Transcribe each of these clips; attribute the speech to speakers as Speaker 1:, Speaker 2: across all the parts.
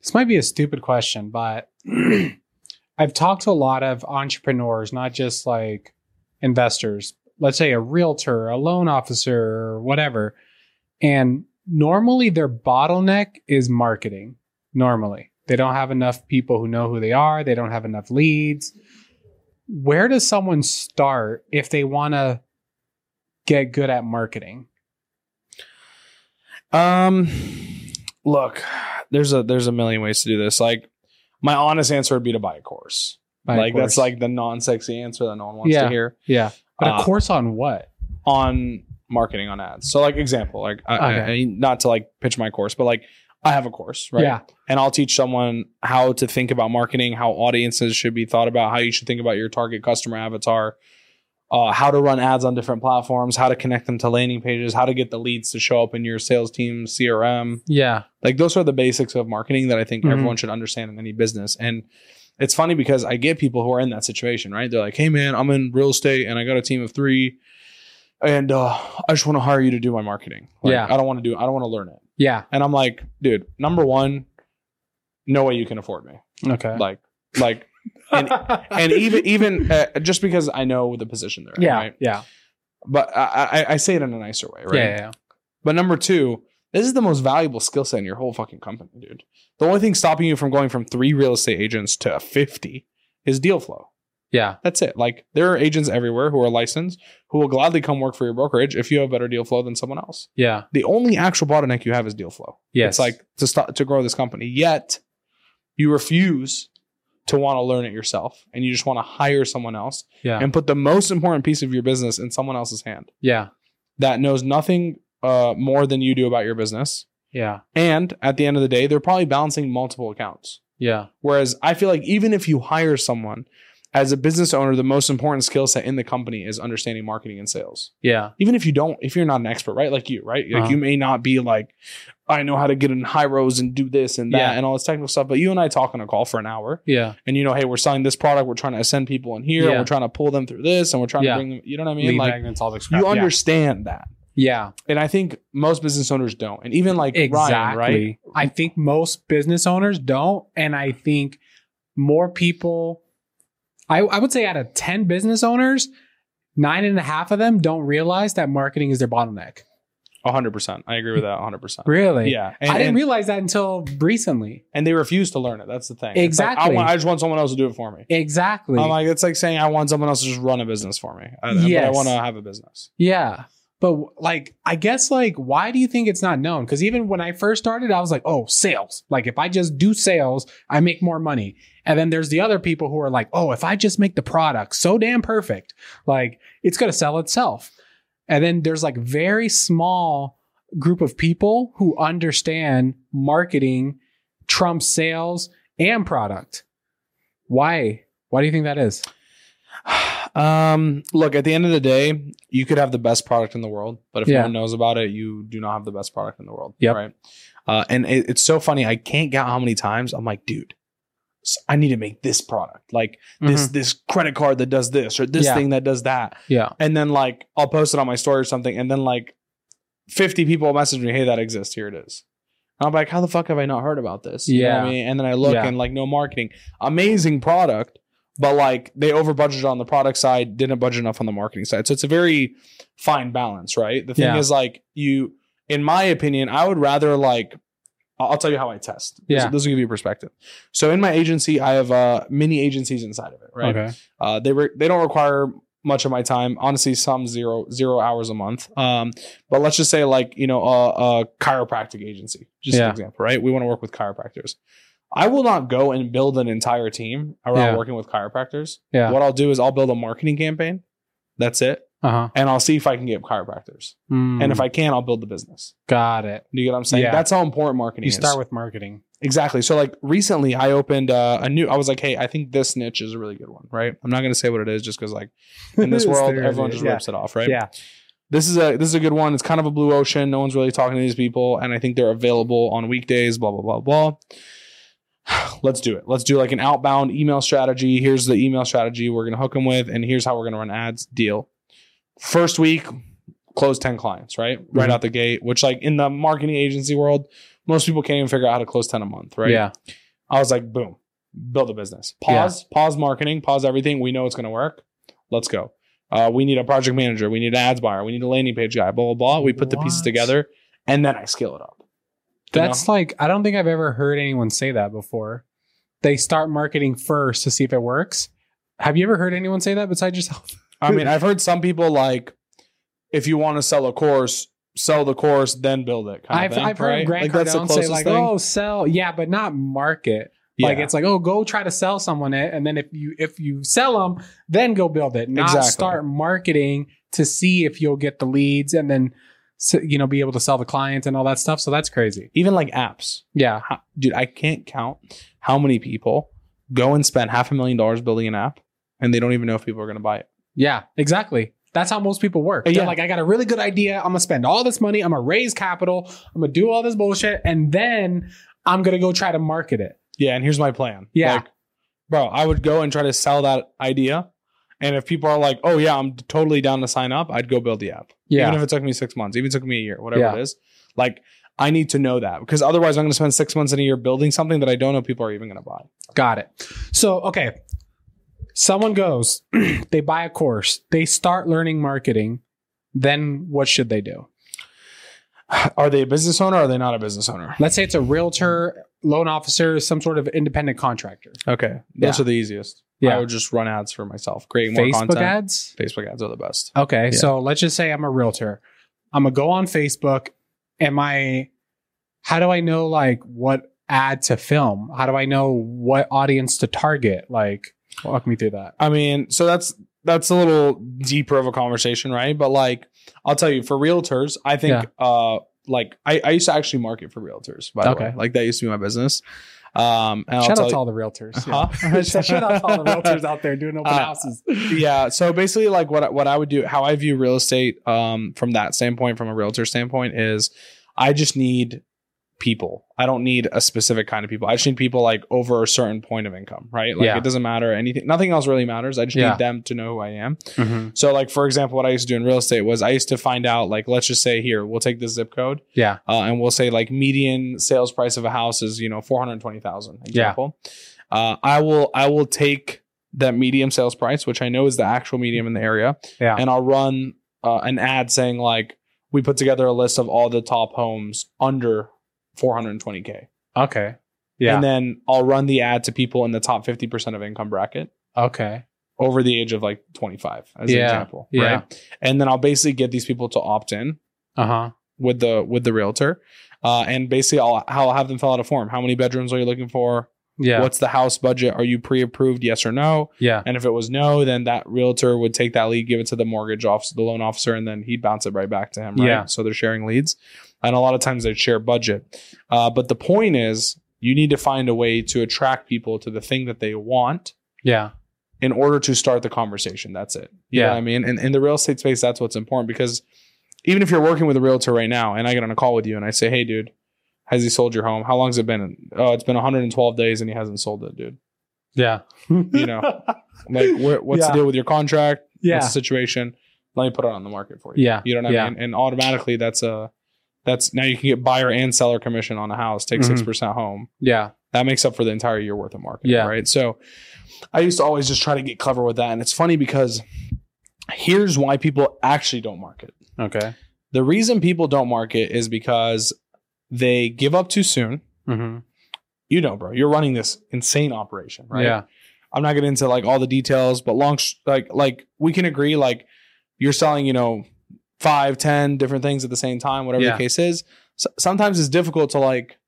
Speaker 1: This might be a stupid question, but I've talked to a lot of entrepreneurs, not just like investors, let's say a realtor, a loan officer, or whatever. And normally their bottleneck is marketing. Normally, they don't have enough people who know who they are, they don't have enough leads. Where does someone start if they want to get good at marketing?
Speaker 2: Um, look, there's a there's a million ways to do this. Like, my honest answer would be to buy a course.
Speaker 1: By a
Speaker 2: like
Speaker 1: course?
Speaker 2: that's like the non-sexy answer that no one wants
Speaker 1: Yeah.
Speaker 2: to hear
Speaker 1: yeah, but
Speaker 2: Uh,
Speaker 1: a course on what?
Speaker 2: on marketing on ads. So, like example, like I, I-
Speaker 1: Okay.
Speaker 2: I- not to like pitch my course, but like I have a course, right?
Speaker 1: Yeah,
Speaker 2: and I'll teach someone how to think about marketing, how audiences should be thought about, how you should think about your target customer avatar, uh, how to run ads on different platforms, how to connect them to landing pages, how to get the leads to show up in your sales team CRM.
Speaker 1: yeah,
Speaker 2: Like those are the basics of marketing that I think
Speaker 1: Mhm.
Speaker 2: everyone should understand in any business. And it's funny because I get people who are in that situation, right? They're like, "Hey, man, I'm in real estate and I got a team of three, and uh, I just want to hire you to do my marketing. Like,
Speaker 1: Yeah.
Speaker 2: I don't want to do, I don't want to learn it."
Speaker 1: yeah.
Speaker 2: And I'm like, dude, number one, no way you can afford me.
Speaker 1: Okay.
Speaker 2: Like, like, and- and even even uh, just because I know the position they're in,
Speaker 1: yeah,
Speaker 2: right?
Speaker 1: yeah,
Speaker 2: But I, I I say it in a nicer way, right?
Speaker 1: yeah, yeah, yeah.
Speaker 2: But number two, this is the most valuable skill set in your whole fucking company, dude. The only thing stopping you from going from three real estate agents to fifty is deal flow.
Speaker 1: yeah.
Speaker 2: That's it. Like there are agents everywhere who are licensed who will gladly come work for your brokerage if you have better deal flow than someone else.
Speaker 1: yeah.
Speaker 2: The only actual bottleneck you have is deal flow.
Speaker 1: Yes.
Speaker 2: It's like to start to grow this company. Yet you refuse to want to learn it yourself and you just want to hire someone else
Speaker 1: yeah,
Speaker 2: and put the most important piece of your business in someone else's hand
Speaker 1: yeah,
Speaker 2: that knows nothing uh, more than you do about your business.
Speaker 1: yeah,
Speaker 2: And at the end of the day, they're probably balancing multiple accounts.
Speaker 1: yeah,
Speaker 2: Whereas I feel like even if you hire someone as a business owner, the most important skill set in the company is understanding marketing and sales
Speaker 1: yeah,
Speaker 2: even if you don't, if you're not an expert, right? Like you, right? Like
Speaker 1: Uh-huh.
Speaker 2: you may not be like, I know how to get in high rows and do this and that
Speaker 1: Yeah.
Speaker 2: and all this technical stuff. But you and I talk on a call for an hour,
Speaker 1: yeah.
Speaker 2: and you know, hey, we're selling this product. We're trying to send people in here.
Speaker 1: Yeah.
Speaker 2: And we're trying to pull them through this, and we're trying
Speaker 1: Yeah.
Speaker 2: to bring them. You know what I mean?
Speaker 1: Lead
Speaker 2: like
Speaker 1: magnets, all this crap.
Speaker 2: you understand that,
Speaker 1: Yeah,
Speaker 2: and I think most business owners don't, and even like
Speaker 1: yeah.
Speaker 2: Ryan, right?
Speaker 1: exactly. I think most business owners don't, and I think more people. I, I would say out of ten business owners, nine and a half of them don't realize that marketing is their bottleneck.
Speaker 2: hundred percent. I agree with that, hundred percent.
Speaker 1: Really?
Speaker 2: Yeah, and,
Speaker 1: I didn't
Speaker 2: and,
Speaker 1: realize that until recently.
Speaker 2: and they refuse to learn it. That's the thing. It's like, I,
Speaker 1: Exactly.
Speaker 2: want, I just want someone else to do it for me.
Speaker 1: Exactly.
Speaker 2: I'm like, it's like saying I want someone else to just run a business for me. I, but I
Speaker 1: Yes.
Speaker 2: want to have a business.
Speaker 1: Yeah. But like, I guess like, why do you think it's not known? Because even when I first started, I was like, oh, sales. Like, if I just do sales, I make more money. And then there's the other people who are like, oh, if I just make the product so damn perfect, like it's going to sell itself. And then there's like very small group of people who understand marketing trumps sales and product. Why? Why do you think that is?
Speaker 2: Um, look, at the end of the day, you could have the best product in the world, but if
Speaker 1: Yeah.
Speaker 2: no one knows about it, you do not have the best product in the world.
Speaker 1: Yep.
Speaker 2: Right. Uh, and it, it's so funny. I can't count how many times I'm like, dude, s- I need to make this product, like this this credit card that does this or this
Speaker 1: Mm-hmm. Yeah.
Speaker 2: thing that does that,
Speaker 1: Mm-hmm. Yeah.
Speaker 2: and then like I'll post it on my story or something, and then like fifty people message me, hey, that exists. Here it is. And I'm like, how the fuck have I not heard about this? You know what I
Speaker 1: Yeah.
Speaker 2: mean? And then I look
Speaker 1: Yeah.
Speaker 2: and like no marketing, amazing product but like they over budgeted on the product side, didn't budget enough on the marketing side. So it's a very fine balance, right? The thing
Speaker 1: Yeah.
Speaker 2: is like you, in my opinion, I would rather like, I'll I'll tell you how I test. This-
Speaker 1: Yeah.
Speaker 2: This, will give you perspective. So in my agency, I have uh, many agencies inside of it, right?
Speaker 1: Okay.
Speaker 2: Uh, they re- they don't require much of my time. Honestly, some zero zero hours a month. Um, but let's just say like you know a, a chiropractic agency, just an
Speaker 1: Yeah.
Speaker 2: example, right? We want to work with chiropractors. I will not go and build an entire team around
Speaker 1: Yeah.
Speaker 2: working with chiropractors.
Speaker 1: Yeah.
Speaker 2: What I'll do is I'll build a marketing campaign. That's it,
Speaker 1: Uh huh.
Speaker 2: and I'll see if I can get chiropractors. And if I can, I'll build the business.
Speaker 1: Mm. got it.
Speaker 2: Do you get what I'm saying?
Speaker 1: Yeah.
Speaker 2: That's how important marketing
Speaker 1: You
Speaker 2: is.
Speaker 1: start with marketing.
Speaker 2: Exactly. So like recently I opened uh, a new I was like, hey, I think this niche is a really good one, right? I'm not gonna say what it is just because like in this world everyone just rips it off, right?
Speaker 1: Yeah.
Speaker 2: This is a this is a good one. It's kind of a blue ocean. No one's really talking to these people, and I think they're available on weekdays, blah, blah, blah, blah. Let's do it. Let's do like an outbound email strategy. Here's the email strategy we're gonna hook them with, and here's how we're gonna run ads. Deal. First week, close 10 clients, right? Right
Speaker 1: Mhm.
Speaker 2: out the gate, which like in the marketing agency world Most people can't even figure out how to close 10 a month, right?
Speaker 1: Yeah.
Speaker 2: I was like, boom, build a business. Pause, pause marketing, pause everything. We know it's going to work. Let's go. Uh, we need a project manager. We need an ads buyer. We need a landing page guy, blah, blah, blah. We put the pieces
Speaker 1: What?
Speaker 2: together and then I scale it up. You know?
Speaker 1: That's like I don't think I've ever heard anyone say that before. They start marketing first to see if it works. Have you ever heard anyone say that besides yourself?
Speaker 2: I mean, I've heard some people like, if you want to sell a course, sell the course, then build it. Kind
Speaker 1: I've,
Speaker 2: of thing,
Speaker 1: I've heard
Speaker 2: right?
Speaker 1: Grant Cardone say like, "Oh, sell, yeah, but not market." Like it's like, "Oh, go try to sell someone it, and then if you if you sell them, then go build it. Not
Speaker 2: Exactly.
Speaker 1: start marketing to see if you'll get the leads and then s- you know be able to sell the clients and all that stuff." So that's crazy.
Speaker 2: even like apps.
Speaker 1: Yeah,
Speaker 2: How- dude, I can't count how many people go and spend half a million dollars building an app and they don't even know if people are going to buy it.
Speaker 1: yeah, exactly. That's how most people work. They're
Speaker 2: Yeah.
Speaker 1: like, I got a really good idea. I'm gonna spend all this money. I'm gonna raise capital. I'm gonna do all this bullshit, and then I'm gonna go try to market it.
Speaker 2: Yeah, and here's my plan.
Speaker 1: Yeah.
Speaker 2: Like, bro, I would go and try to sell that idea. And if people are like, oh, yeah, I'm totally down to sign up, I'd go build the app. Even if it took me six months, even if it took me a year, whatever
Speaker 1: Yeah.
Speaker 2: it is. Like, I need to know that because otherwise I'm going to spend six months and a year building something that I don't know people are even going to buy.
Speaker 1: Got it. So, okay. Someone goes, they buy a course, they start learning marketing. Then what should they do?
Speaker 2: Are they a business owner or are they not a business owner?
Speaker 1: Let's say it's a realtor, loan officer, some sort of independent contractor.
Speaker 2: Okay. Those
Speaker 1: Yeah.
Speaker 2: are the easiest.
Speaker 1: Yeah.
Speaker 2: I would just run ads for myself, creating more
Speaker 1: Facebook
Speaker 2: content.
Speaker 1: ads?
Speaker 2: Facebook ads are the best.
Speaker 1: Okay.
Speaker 2: Yeah.
Speaker 1: So let's just say I'm a realtor. I'm going to go on Facebook. Am I, how do I know like what ad to film? How do I know what audience to target? Like, walk me through that.
Speaker 2: I mean, so that's that's a little deeper of a conversation, right? But like, I'll tell you, for realtors, I think uh like I, I used to actually market for realtors, by the
Speaker 1: Okay.
Speaker 2: way. Like that used to be my business. Um and
Speaker 1: Shout out
Speaker 2: I'll
Speaker 1: to
Speaker 2: tell
Speaker 1: all the realtors.
Speaker 2: you, Huh?
Speaker 1: Yeah. Shout out to all the realtors out there doing open
Speaker 2: Uh,
Speaker 1: houses.
Speaker 2: yeah. So basically, like what I- what I would do, how I view real estate um, from that standpoint, from a realtor standpoint, is I just need people. I don't need a specific kind of people. I just need people like over a certain point of income, right? Like
Speaker 1: Yeah.
Speaker 2: it doesn't matter anything. Nothing else really matters. I just
Speaker 1: Yeah.
Speaker 2: need them to know who I am. So like for example, what I used to do in real estate was I used to find out like let's just say here we'll take this zip code
Speaker 1: Yeah.
Speaker 2: uh, and we'll say like median sales price of a house is you know four hundred twenty thousand example. Uh, I will I will take that medium sales price, which I know is the actual medium in the area,
Speaker 1: Yeah.
Speaker 2: and I'll run uh, an ad saying like we put together a list of all the top homes under four hundred twenty k,
Speaker 1: Okay. Yeah.
Speaker 2: and then I'll run the ad to people in the top fifty percent of income bracket
Speaker 1: okay.
Speaker 2: over the age of like 25 as an
Speaker 1: Yeah.
Speaker 2: example
Speaker 1: Yeah.
Speaker 2: right and then i'll basically get these people to opt in
Speaker 1: Uh huh.
Speaker 2: with the with the realtor uh, and basically I'll, I'll have them fill out a form how many bedrooms are you looking for
Speaker 1: Yeah.
Speaker 2: what's the house budget are you pre-approved yes or no
Speaker 1: yeah.
Speaker 2: and if it was no then that realtor would take that lead give it to the mortgage officer the loan officer and then he'd bounce it right back to him right
Speaker 1: Yeah.
Speaker 2: so they're sharing leads and a lot of times they share budget uh, but the point is you need to find a way to attract people to the thing that they want
Speaker 1: Yeah.
Speaker 2: in order to start the conversation. That's it. You know
Speaker 1: Yeah.
Speaker 2: what I mean? And in the real estate space, that's what's important because even if you're working with a realtor right now and I get on a call with you and I say, Hey dude, has he sold your home? How long's it been? Oh, it's been 112 days and he hasn't sold it, dude.
Speaker 1: Yeah.
Speaker 2: You know, like wh- what's
Speaker 1: Yeah.
Speaker 2: the deal with your contract? What's
Speaker 1: yeah.
Speaker 2: the situation? Let me put it on the market for you.
Speaker 1: Yeah.
Speaker 2: You know what I
Speaker 1: Yeah.
Speaker 2: mean? And automatically that's a, that's now you can get buyer and seller commission on a house, take
Speaker 1: Mhm.
Speaker 2: 6% home
Speaker 1: Yeah.
Speaker 2: that makes up for the entire year worth of marketing,
Speaker 1: Yeah.
Speaker 2: right? So I used to always just try to get clever with that. And it's funny because here's why people actually don't market.
Speaker 1: Okay.
Speaker 2: The reason people don't market is because they give up too soon.
Speaker 1: Mm-hmm.
Speaker 2: You know, bro, you're running this insane operation, right?
Speaker 1: Yeah.
Speaker 2: I'm not getting into like all the details, but long sh- like like we can agree like you're selling, you know, five, ten different things at the same time, whatever
Speaker 1: Yeah.
Speaker 2: the case is. So, sometimes it's difficult to like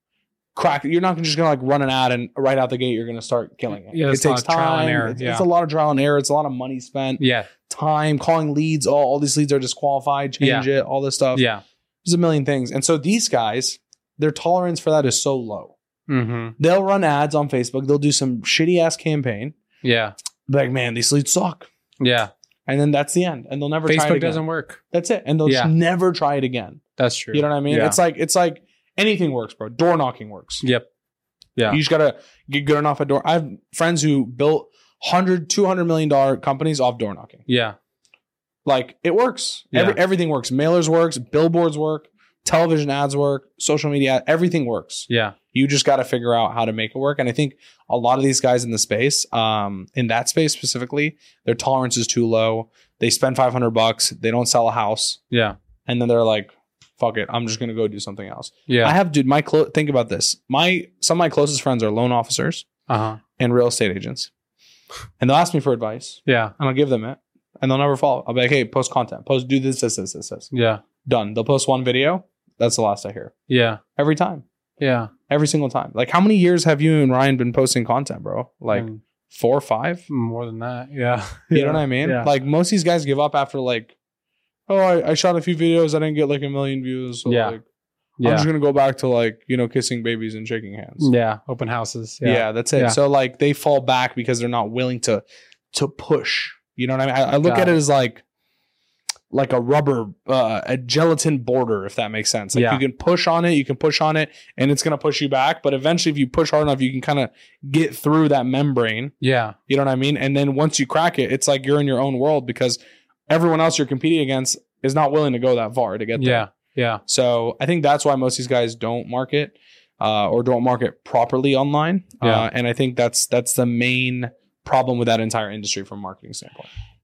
Speaker 2: crack. You're not just gonna like run an ad and right out the gate you're gonna start killing it.
Speaker 1: Yeah,
Speaker 2: it
Speaker 1: it's a lot of trial and error,
Speaker 2: It's,
Speaker 1: yeah.
Speaker 2: it's a lot of trial and error. It's a lot of money spent,
Speaker 1: Yeah.
Speaker 2: time calling leads. All all these leads are disqualified. Change it. All this stuff.
Speaker 1: Yeah.
Speaker 2: There's a million things, and so these guys, their tolerance for that is so low.
Speaker 1: Mm-hmm.
Speaker 2: They'll run ads on Facebook. They'll do some shitty ass campaign
Speaker 1: Yeah.
Speaker 2: be like, man, these leads suck.
Speaker 1: Yeah.
Speaker 2: And then that's the end. And they'll never try it
Speaker 1: Facebook
Speaker 2: again.
Speaker 1: doesn't work.
Speaker 2: That's it. And they'll
Speaker 1: Yeah.
Speaker 2: just never try it again.
Speaker 1: That's true.
Speaker 2: You know what I mean?
Speaker 1: Yeah.
Speaker 2: It's like it's like anything works, bro. Door knocking works.
Speaker 1: Yep. Yeah.
Speaker 2: You just gotta get good enough at door. I have friends who built 100 200 million dollar companies off door knocking.
Speaker 1: Yeah.
Speaker 2: Like it works.
Speaker 1: Yeah.
Speaker 2: Every, everything works. Mailers works, billboards work, television ads work, social media, everything works.
Speaker 1: Yeah.
Speaker 2: You just got to figure out how to make it work. And I think a lot of these guys in the space, um, in that space specifically, their tolerance is too low. They spend 500 bucks, they don't sell a house,
Speaker 1: Yeah.
Speaker 2: and then they're like, fuck it, I'm just going to go do something else. I
Speaker 1: Yeah.
Speaker 2: have, dude, my, clo- think about this. My, some of my closest friends are loan officers
Speaker 1: Uh huh.
Speaker 2: and real estate agents. And they'll ask me for advice
Speaker 1: Yeah.
Speaker 2: and I'll give them it and they'll never follow. I'll be like, hey, post content, post, do this, this, this, this, this.
Speaker 1: Yeah.
Speaker 2: Done. They'll post one video. That's the last I hear
Speaker 1: Yeah.
Speaker 2: every time,
Speaker 1: Yeah.
Speaker 2: every single time. Like, how many years have you and Ryan been posting content, bro? Like
Speaker 1: Mm,
Speaker 2: four or five?
Speaker 1: more than that. Yeah.
Speaker 2: You
Speaker 1: yeah.
Speaker 2: know what I mean?
Speaker 1: Yeah.
Speaker 2: Like, most of these guys give up after like, oh, I, I shot a few videos. I didn't get like a million views. So,
Speaker 1: Yeah.
Speaker 2: like, I'm
Speaker 1: yeah.
Speaker 2: just going to go back to like, you know, kissing babies and shaking hands.
Speaker 1: yeah. Open houses.
Speaker 2: Yeah,
Speaker 1: Yeah.
Speaker 2: that's it.
Speaker 1: Yeah.
Speaker 2: So like they fall back because they're not willing to to push. You know what I mean? I, I look
Speaker 1: Got
Speaker 2: at it. as like like a rubber, uh, a gelatin border, if that makes sense. Like
Speaker 1: Yeah.
Speaker 2: you can push on it, you can push on it, and it's gonna push you back. But eventually, if you push hard enough, you can kind of get through that membrane.
Speaker 1: Yeah.
Speaker 2: You know what I mean? And then once you crack it, it's like you're in your own world because everyone else you're competing against is not willing to go that far to get there.
Speaker 1: Yeah. Yeah.
Speaker 2: So I think that's why most of these guys don't market uh, or don't market properly online.
Speaker 1: Yeah.
Speaker 2: Uh, and I think that's that's the main problem with that entire industry from a marketing standpoint.